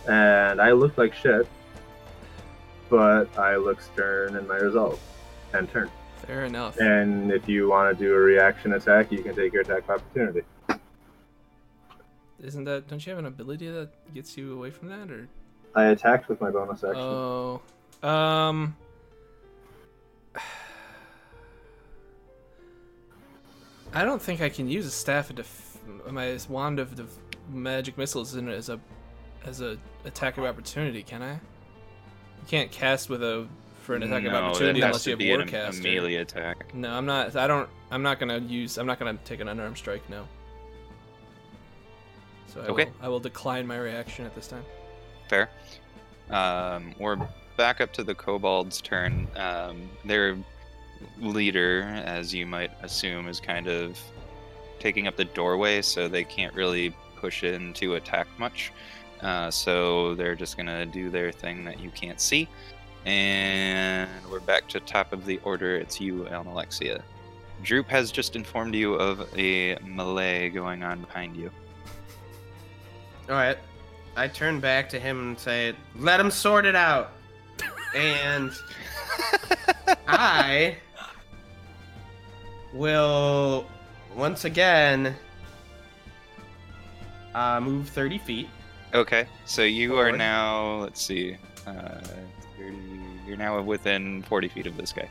S4: And I look like shit, but I look stern in my resolve and turn.
S1: Fair enough.
S4: And if you want to do a reaction attack, you can take your attack of opportunity.
S1: Isn't that? Don't you have an ability that gets you away from that? Or
S4: I attacked with my bonus action.
S1: oh, um, [SIGHS] I don't think I can use a staff of def- my wand of the magic missiles in as a as a attack of opportunity. Can I? You can't cast with a for an attack of
S5: No,
S1: opportunity
S5: that has
S1: unless
S5: to
S1: you have
S5: be an
S1: war
S5: am-
S1: caster.
S5: a melee attack.
S1: No, I'm not. I don't. I'm not gonna use. I'm not gonna take an unarmed strike. No. So I
S5: Okay.
S1: will. I will decline my reaction at this time.
S5: Fair. Um, we're back up to the kobold's turn. Um, their leader, as you might assume, is kind of taking up the doorway, so they can't really push in to attack much. Uh, so they're just gonna do their thing that you can't see. And we're back to top of the order. It's you, and Alexia. Droop has just informed you of a melee going on behind you.
S3: All right. I turn back to him and say, "Let him sort it out." and I will once again uh, move 30 feet.
S5: Okay, so you are
S3: Forward.
S5: now. Let's see. Uh, 30, you're now within 40 feet of this guy.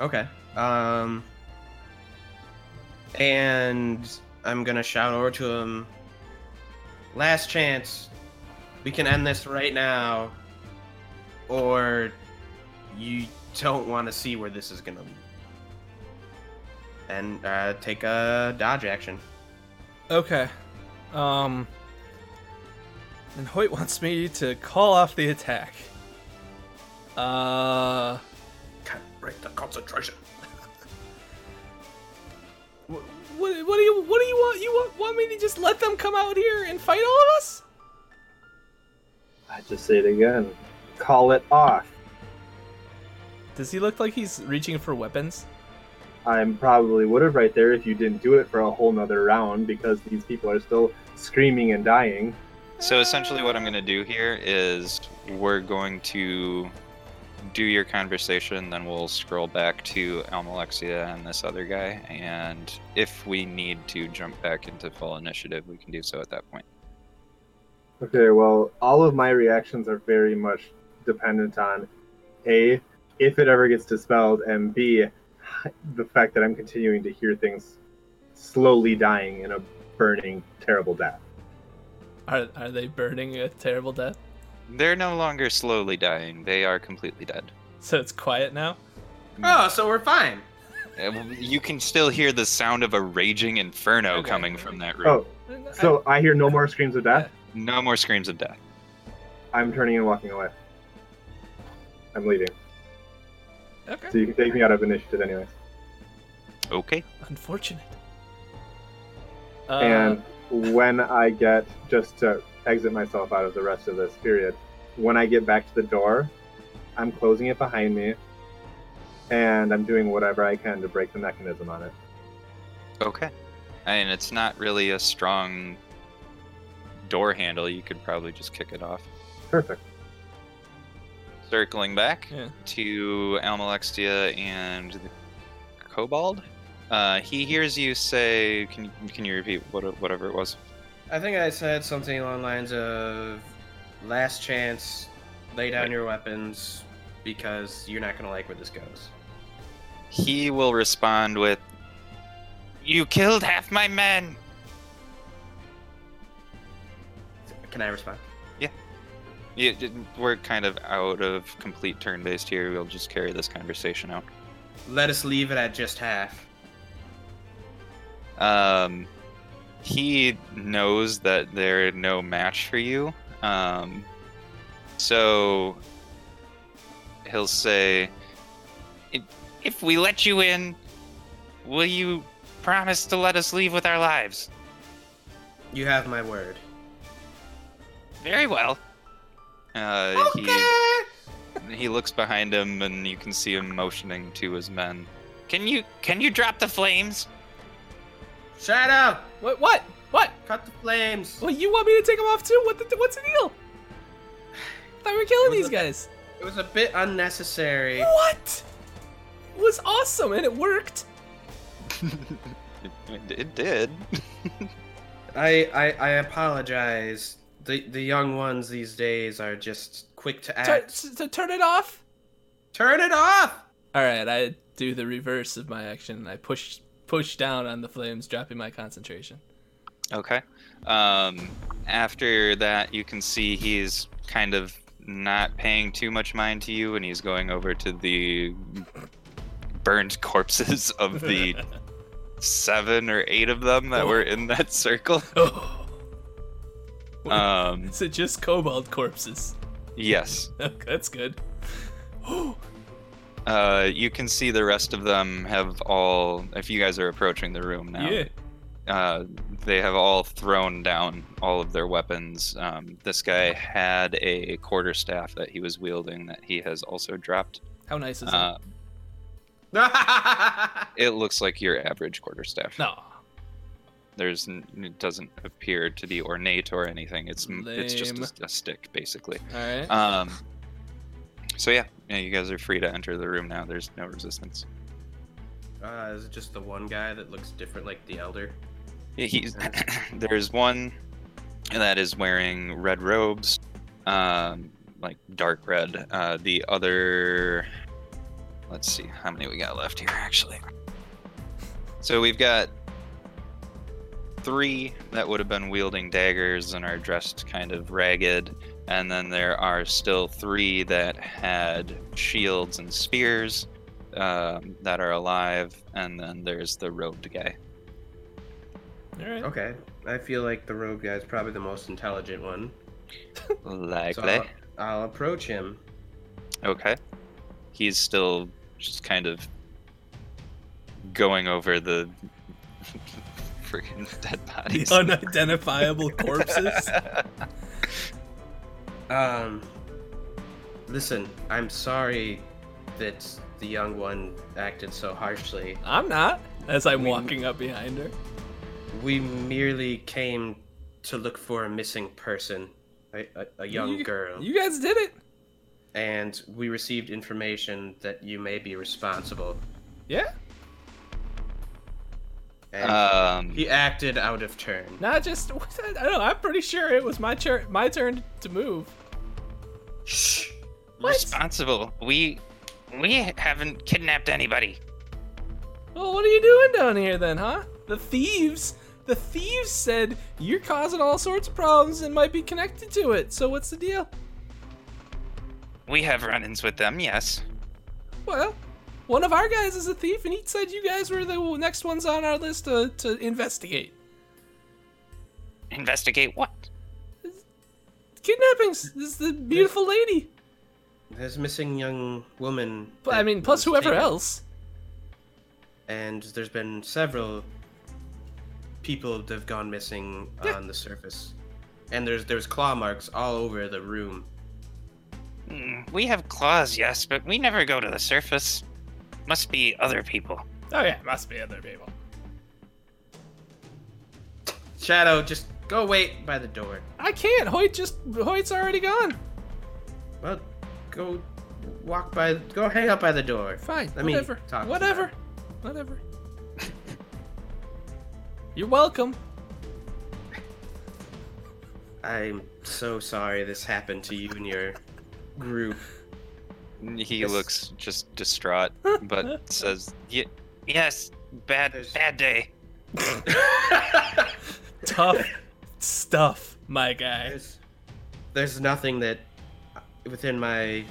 S3: Okay. Um. And I'm gonna shout over to him. Last chance. We can end this right now, or you don't want to see where this is gonna lead. And uh, take a dodge action.
S1: Okay. Um. And Hoyt wants me to call off the attack. Uh.
S3: Can't break the concentration.
S1: wh- What, what do you what do you want you want, want me to just let them come out here and fight all of us?
S4: I just say it again. Call it off.
S1: Does he look like he's reaching for weapons?
S4: I probably would have right there if you didn't do it for a whole nother round because these people are still screaming and dying.
S5: So essentially, what I'm going to do here is we're going to do your conversation, then we'll scroll back to Almalexia and this other guy, and if we need to jump back into full initiative, we can do so at that point.
S4: Okay, well, all of my reactions are very much dependent on A, if it ever gets dispelled, and B, the fact that I'm continuing to hear things slowly dying in a burning, terrible death.
S1: Are are they burning a terrible death?
S5: They're no longer slowly dying; they are completely dead.
S1: So it's quiet now.
S3: Oh, so we're fine.
S5: Uh, You can still hear the sound of a raging inferno coming from that room.
S4: Oh, So I hear no more screams of death.
S5: No more screams of death.
S4: I'm turning and walking away. I'm leaving.
S1: okay.
S4: So you can take me out of initiative anyway.
S5: Okay.
S1: Unfortunate. Uh,
S4: and when I get just to exit myself out of the rest of this period, when I get back to the door, I'm closing it behind me, and I'm doing whatever I can to break the mechanism on it.
S5: Okay. And it's not really a strong door handle. You could probably just kick it off.
S4: Perfect.
S5: Circling back
S1: Yeah.
S5: to Almalexia and the Kobold, uh, he hears you say, "Can can you repeat what, whatever it was?"
S3: I think I said something along the lines of last chance, lay down your weapons because you're not gonna like where this goes.
S5: He will respond with, "You killed half my men."
S3: Can I respond?
S5: You, we're kind of out of complete turn-based here. We'll just carry this conversation out.
S3: Let us leave it at just half.
S5: Um, he knows that they're no match for you. Um, so he'll say, "If- "If we let you in, will you promise to let us leave with our lives?"
S3: You have my word.
S5: Very well. Uh, okay. He he looks behind him, and you can see him motioning to his men. Can you can you drop the flames?
S3: Shadow,
S1: What? What? What?
S3: cut the flames.
S1: Well, you want me to take them off too? What? The, what's the deal? [SIGHS] thought we were killing
S3: It was
S1: these
S3: a-
S1: guys.
S3: It was a bit unnecessary.
S1: What? It was awesome and it worked.
S5: It, it did.
S3: I, I I apologize. The the young ones these days are just quick to
S1: Tur-
S3: act.
S1: s- so turn it off.
S3: Turn it off. [LAUGHS]
S1: All right, I do the reverse of my action. and I push push down on the flames, dropping my concentration.
S5: Okay. Um, after that, you can see he's kind of not paying too much mind to you, and he's going over to the burned corpses [LAUGHS]
S1: [LAUGHS]
S5: of the seven or eight of them that were in that circle. Um,
S1: Oh, Is it just kobold corpses? [LAUGHS] Oh,
S5: yes.
S1: That's good. [GASPS] Oh,
S5: Uh, you can see the rest of them have all, if you guys are approaching the room now,
S1: Yeah.
S5: uh, they have all thrown down all of their weapons. Um, this guy had a quarter staff that he was wielding that he has also dropped.
S1: How nice is
S5: Uh,
S3: I
S5: it looks like your average quarter staff.
S1: that? No.
S5: There's n- it doesn't appear to be ornate or anything. It's m it's just a,
S1: Lame.
S5: s- a stick basically.
S1: All right.
S5: Um, so yeah, yeah, you guys are free to enter the room now. There's no resistance.
S3: Uh, is it just the one guy that looks different, like the elder?
S5: Yeah, he's [CLEARS THROAT] there's one that is wearing red robes, um, like dark red. Uh, the other, let's see, how many we got left here actually. So we've got three that would have been wielding daggers and are dressed kind of ragged, and then there are still three that had shields and spears um, that are alive, and then there's the robed guy.
S1: All right.
S3: Okay. I feel like the rogue guy is probably the most intelligent one. So
S5: Likely.
S3: I'll, I'll approach him.
S5: Okay. He's still just kind of going over the [LAUGHS] freaking dead bodies. [LAUGHS]
S1: The unidentifiable corpses.
S3: Um, listen, I'm sorry that the young one acted so harshly.
S1: I'm not. As I'm walking up behind her.
S3: We merely came to look for a missing person, a, a, a young
S1: You-
S3: girl,
S1: You guys did it.
S3: and we received information that you may be responsible.
S1: Yeah.
S3: And
S5: um,
S3: he acted out of turn.
S1: Not just. [LAUGHS] I don't know. I'm pretty sure it was my turn. My turn to move.
S3: Shh.
S1: What?
S5: [LAUGHS] responsible. We we haven't kidnapped anybody.
S1: Well, what are you doing down here then, huh? The thieves. The thieves said you're causing all sorts of problems and might be connected to it. So what's the deal?
S5: We have run-ins with them, yes.
S1: Well, one of our guys is a thief, and he said you guys were the next ones on our list to, to investigate.
S2: Investigate what?
S1: Kidnappings. This is the beautiful lady.
S3: There's a missing young woman.
S1: But I
S3: that
S1: mean, plus
S3: was
S1: whoever
S3: taken,
S1: else.
S3: And there's been several people that have gone missing
S1: Yeah.
S3: on the surface. And there's there's claw marks all over the room.
S6: Hmm, We have claws, yes, but we never go to the surface. Must be other people.
S1: Oh yeah, must be other people.
S3: Shadow, just go wait by the door.
S1: I can't. Hoyt just Hoyt's already gone.
S3: Well, go walk by. Go hang out by the door.
S1: Fine.
S3: Let me
S1: whatever.
S3: talk to
S1: whatever. Whatever. You're welcome.
S3: I'm so sorry this happened to you and your group.
S5: He
S3: Yes.
S5: looks just distraught,
S3: [LAUGHS]
S5: but says, yeah,
S6: Yes, bad, [LAUGHS]
S3: There's-
S6: bad day.
S3: [LAUGHS]
S1: Tough stuff, my guy.
S3: There's, there's nothing that within my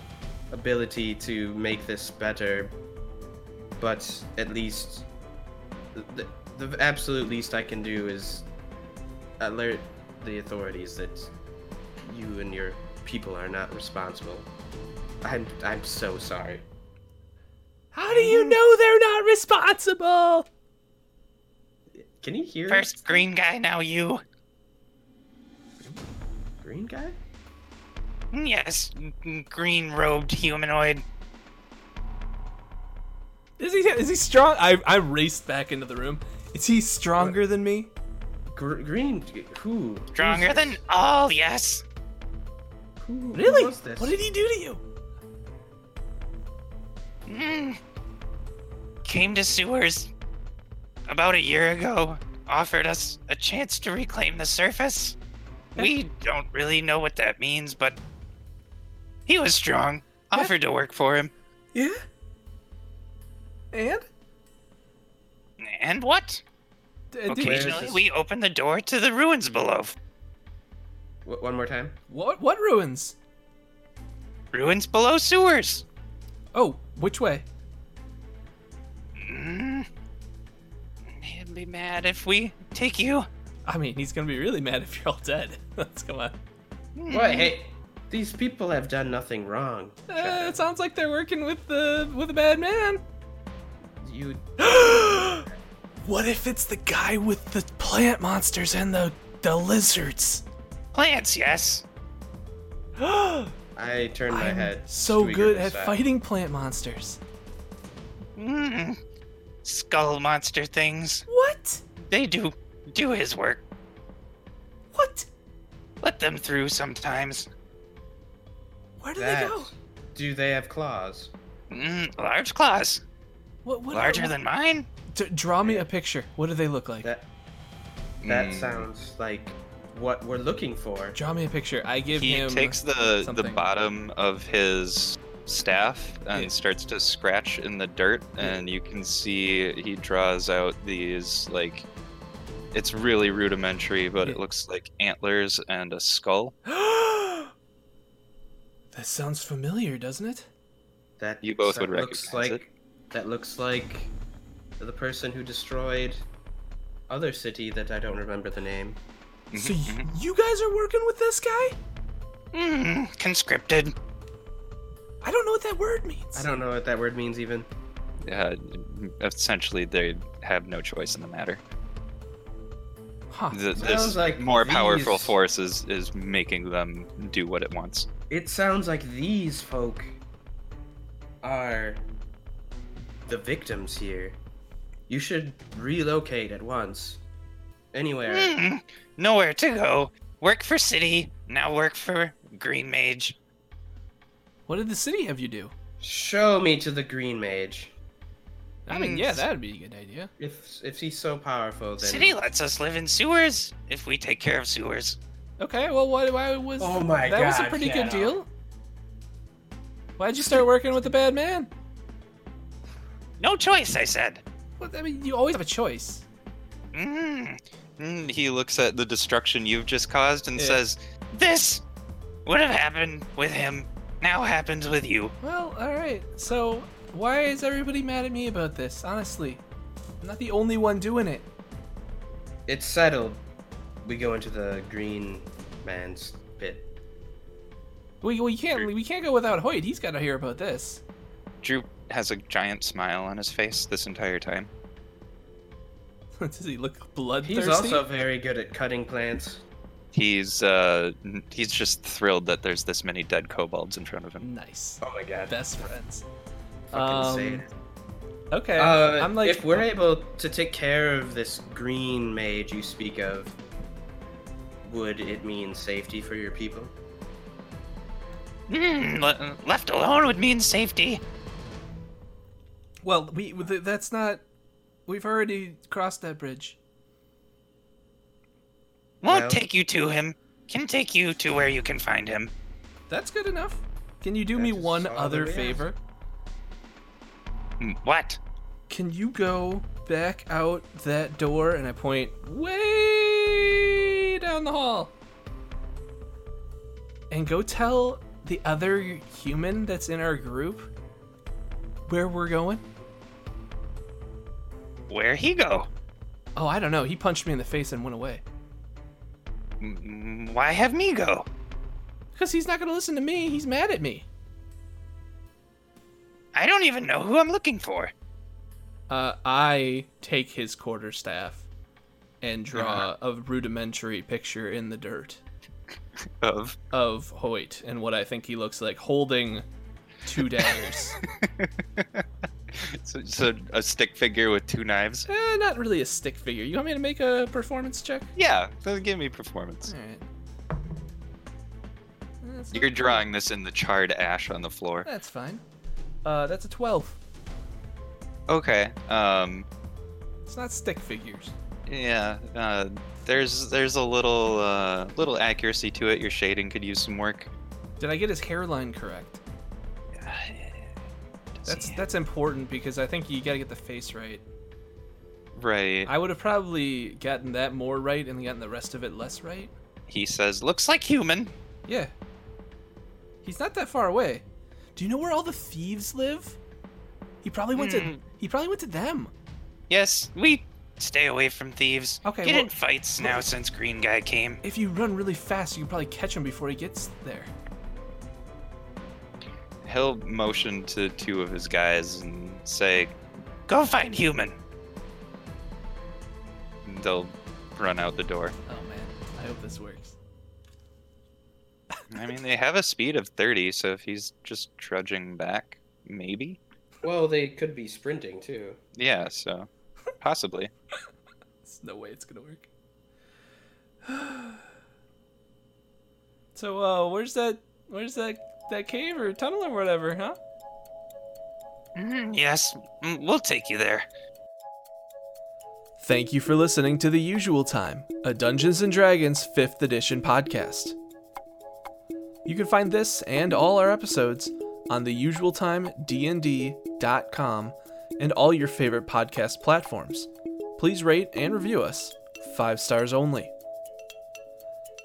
S3: ability to make this better, but at least the, the, the absolute least I can do is alert the authorities that you and your people are not responsible. I'm, I'm so sorry.
S1: How do you know they're not responsible?
S3: Can you hear
S6: First green guy, now you.
S3: green guy?
S6: Hmm, Yes, green robed humanoid.
S1: Is he is he strong? I I raced back into the room. Is he stronger than me?
S3: Gr- green? Who?
S6: Stronger than all, yes.
S3: Who, who
S1: Really?
S3: was this?
S1: What did he do to you?
S6: Mm. Came to sewers about a year ago, offered us a chance to reclaim the surface. We don't really know what that means, but he was strong. Offered to work for him.
S1: Yeah. And Uh,
S6: And what?
S1: D- did-
S3: Where is
S6: Occasionally,
S3: this?
S6: we open the door to the ruins below.
S3: Wh- one more time.
S1: what what ruins?
S6: Ruins below sewers.
S1: Oh, which way?
S6: Mm. He'd be mad if we take you.
S1: I mean, he's gonna be really mad if you're all dead. [LAUGHS] Let's come on.
S6: Mm.
S3: What?
S1: Mm-hmm.
S3: Hey, these people have done nothing wrong.
S1: Uh,
S3: Shadow.
S1: it sounds like they're working with the with a bad man.
S3: you
S1: [GASPS] what if it's the guy with the plant monsters and the the lizards? [GASPS]
S6: Plants, yes.
S3: I turned my
S1: I'm
S3: head.
S1: so
S3: to
S1: good
S3: your
S1: at
S3: side.
S1: fighting plant monsters.
S6: Mm. Skull monster things.
S1: What?
S6: They do do his work.
S1: What?
S6: Let them through sometimes.
S1: Where do
S3: That.
S1: they go?
S3: Do they have claws?
S6: Mm, large claws,
S1: What? what
S6: larger than mine.
S1: D- draw me a picture. What do they look like?
S3: That that
S5: Mm.
S3: sounds like what we're looking for.
S1: Draw me a picture. I give
S5: he
S1: him.
S5: takes the the
S1: something.
S5: bottom of his staff and
S1: Yeah.
S5: starts to scratch in the dirt and you can see he draws out these like it's really rudimentary but it
S1: Yeah.
S5: looks like antlers and a skull
S1: [GASPS] that sounds familiar, doesn't it?
S3: That
S5: You both would
S3: sound- looks
S5: recognize
S3: like that looks like the person who destroyed other city that I don't remember the name. Mm-hmm,
S1: So
S5: Mm-hmm,
S1: y- you guys are working with this guy?
S6: Mm, conscripted.
S1: I don't know what that word means.
S3: I don't know what that word means even.
S5: uh, essentially they have no choice in the matter
S1: Huh.
S5: the,
S3: Sounds
S5: this
S3: like
S5: more powerful
S3: these-
S5: force is, is making them do what it wants
S3: It sounds like these folk are the victims here. You should relocate at once. Anywhere.
S6: Mm, nowhere to go. Work for city. Now work for green mage.
S1: What did the city have you do?
S3: Show me to the Green Mage.
S1: I mean,
S6: Mm,
S1: yeah,
S6: s-
S1: that'd be a good idea.
S3: If if he's so powerful, then
S6: City lets us live in sewers if we take care of sewers.
S1: Okay, well, why, why was
S3: Oh my
S1: that was a
S3: God,
S1: pretty good
S3: Shadow.
S1: deal? Why'd you start working with the bad man?
S6: No choice, I said.
S1: Well, I mean, you always have a choice. Mm-hmm.
S6: Mm,
S5: Mm, he looks at the destruction you've just caused and
S1: Yeah.
S5: says
S6: this would have happened with him. Now happens with you.
S1: Well, all right. So why is everybody mad at me about this? Honestly, I'm not the only one doing it.
S3: it's settled. we go into the green man's pit.
S1: We, we can't we can't go without Hoyt. He's got to hear about this. [LAUGHS]
S5: Drew has a giant smile on his face this entire time.
S1: Does he look bloodthirsty?
S3: He's also very good at cutting plants.
S5: He's uh, n- he's just thrilled that there's this many dead kobolds in front of him. [LAUGHS]
S1: nice.
S3: Oh my god.
S1: Best friends.
S3: Fucking
S1: Um,
S3: insane.
S1: Okay.
S3: Uh,
S1: I'm like oh,
S3: if we're able to take care of this green mage you speak of, would it mean safety for your people?
S6: Hmm, le- left alone would mean safety.
S1: well, we th- that's not. We've already crossed that bridge.
S6: Won't
S3: Well-
S6: take you to him. Can take you to where you can find him.
S1: That's good enough. Can you do
S3: That
S1: me
S3: is
S1: one
S3: all
S1: other
S3: there is.
S1: favor?
S5: Hmm,
S6: Mm,
S5: What?
S1: Can you go back out that door? And I point way down the hall. And go tell the other human that's in our group where we're going.
S6: Where he go?
S1: Oh, I don't know. He punched me in the face and went away.
S6: Mm, Why have me go?
S1: Because he's not going to listen to me. He's mad at me.
S6: I don't even know who I'm looking for.
S1: Uh, I take his quarterstaff and draw a rudimentary picture in the dirt
S5: Of
S1: of Hoyt and what I think he looks like holding
S5: [LAUGHS]
S1: two daggers.
S5: so, so a stick figure with two knives.
S1: Eh, not really a stick figure. You want me to make a performance check?
S5: Yeah, so give me performance.
S1: All right. That's
S5: You're drawing this in the charred ash on the floor.
S1: That's fine. Uh, that's a 12.
S5: Okay. Um.
S1: It's not stick figures.
S5: Yeah. Uh, there's there's a little uh, little accuracy to it. Your shading could use some work.
S1: Did I get his hairline correct? That's that's important because I think you gotta get the face right.
S5: right.
S1: I would have probably gotten that more right and gotten the rest of it less right.
S5: He says, "Looks like human."
S1: Yeah. He's not that far away. Do you know where all the thieves live? He probably went to
S6: Hmm.
S1: he probably went to them.
S6: Yes, we stay away from thieves.
S1: Okay,
S6: Get
S1: well-
S6: in fights now since Green Guy came.
S1: If you run really fast, you can probably catch him before he gets there.
S5: He'll motion to two of his guys and say,
S6: Go find human.
S5: "They'll run out the door."
S1: Oh man, I hope this works.
S5: I mean, they have a speed of 30, so if he's just trudging back, maybe.
S3: Well, they could be sprinting too.
S5: Yeah. So possibly.
S1: There's no way it's gonna work. [SIGHS] so uh where's that where's that that cave or tunnel or whatever, huh? Mm-hmm.
S6: Mm, yes, mm, we'll take you there.
S1: Thank you for listening to The Usual Time, a Dungeons and Dragons 5th edition podcast. You can find this and all our episodes on theusualtimednd.com and all your favorite podcast platforms. Please rate and review us, 5 stars only.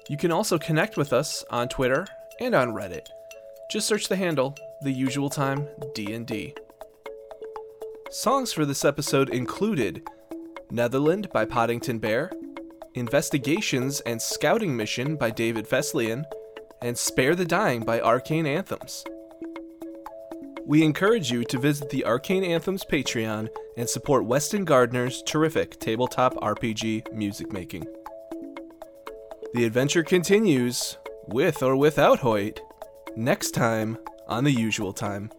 S1: You can also connect with us on Twitter and on Reddit. Just search the handle The Usual Time D&D. Songs for this episode included Netherland by Poddington Bear, Investigations and Scouting Mission by David Feslian, and Spare the Dying by Arcane Anthems. We encourage you to visit the Arcane Anthems Patreon and support Weston Gardner's terrific tabletop RPG music making. The adventure continues, with or without Hoyt, next time on the usual time.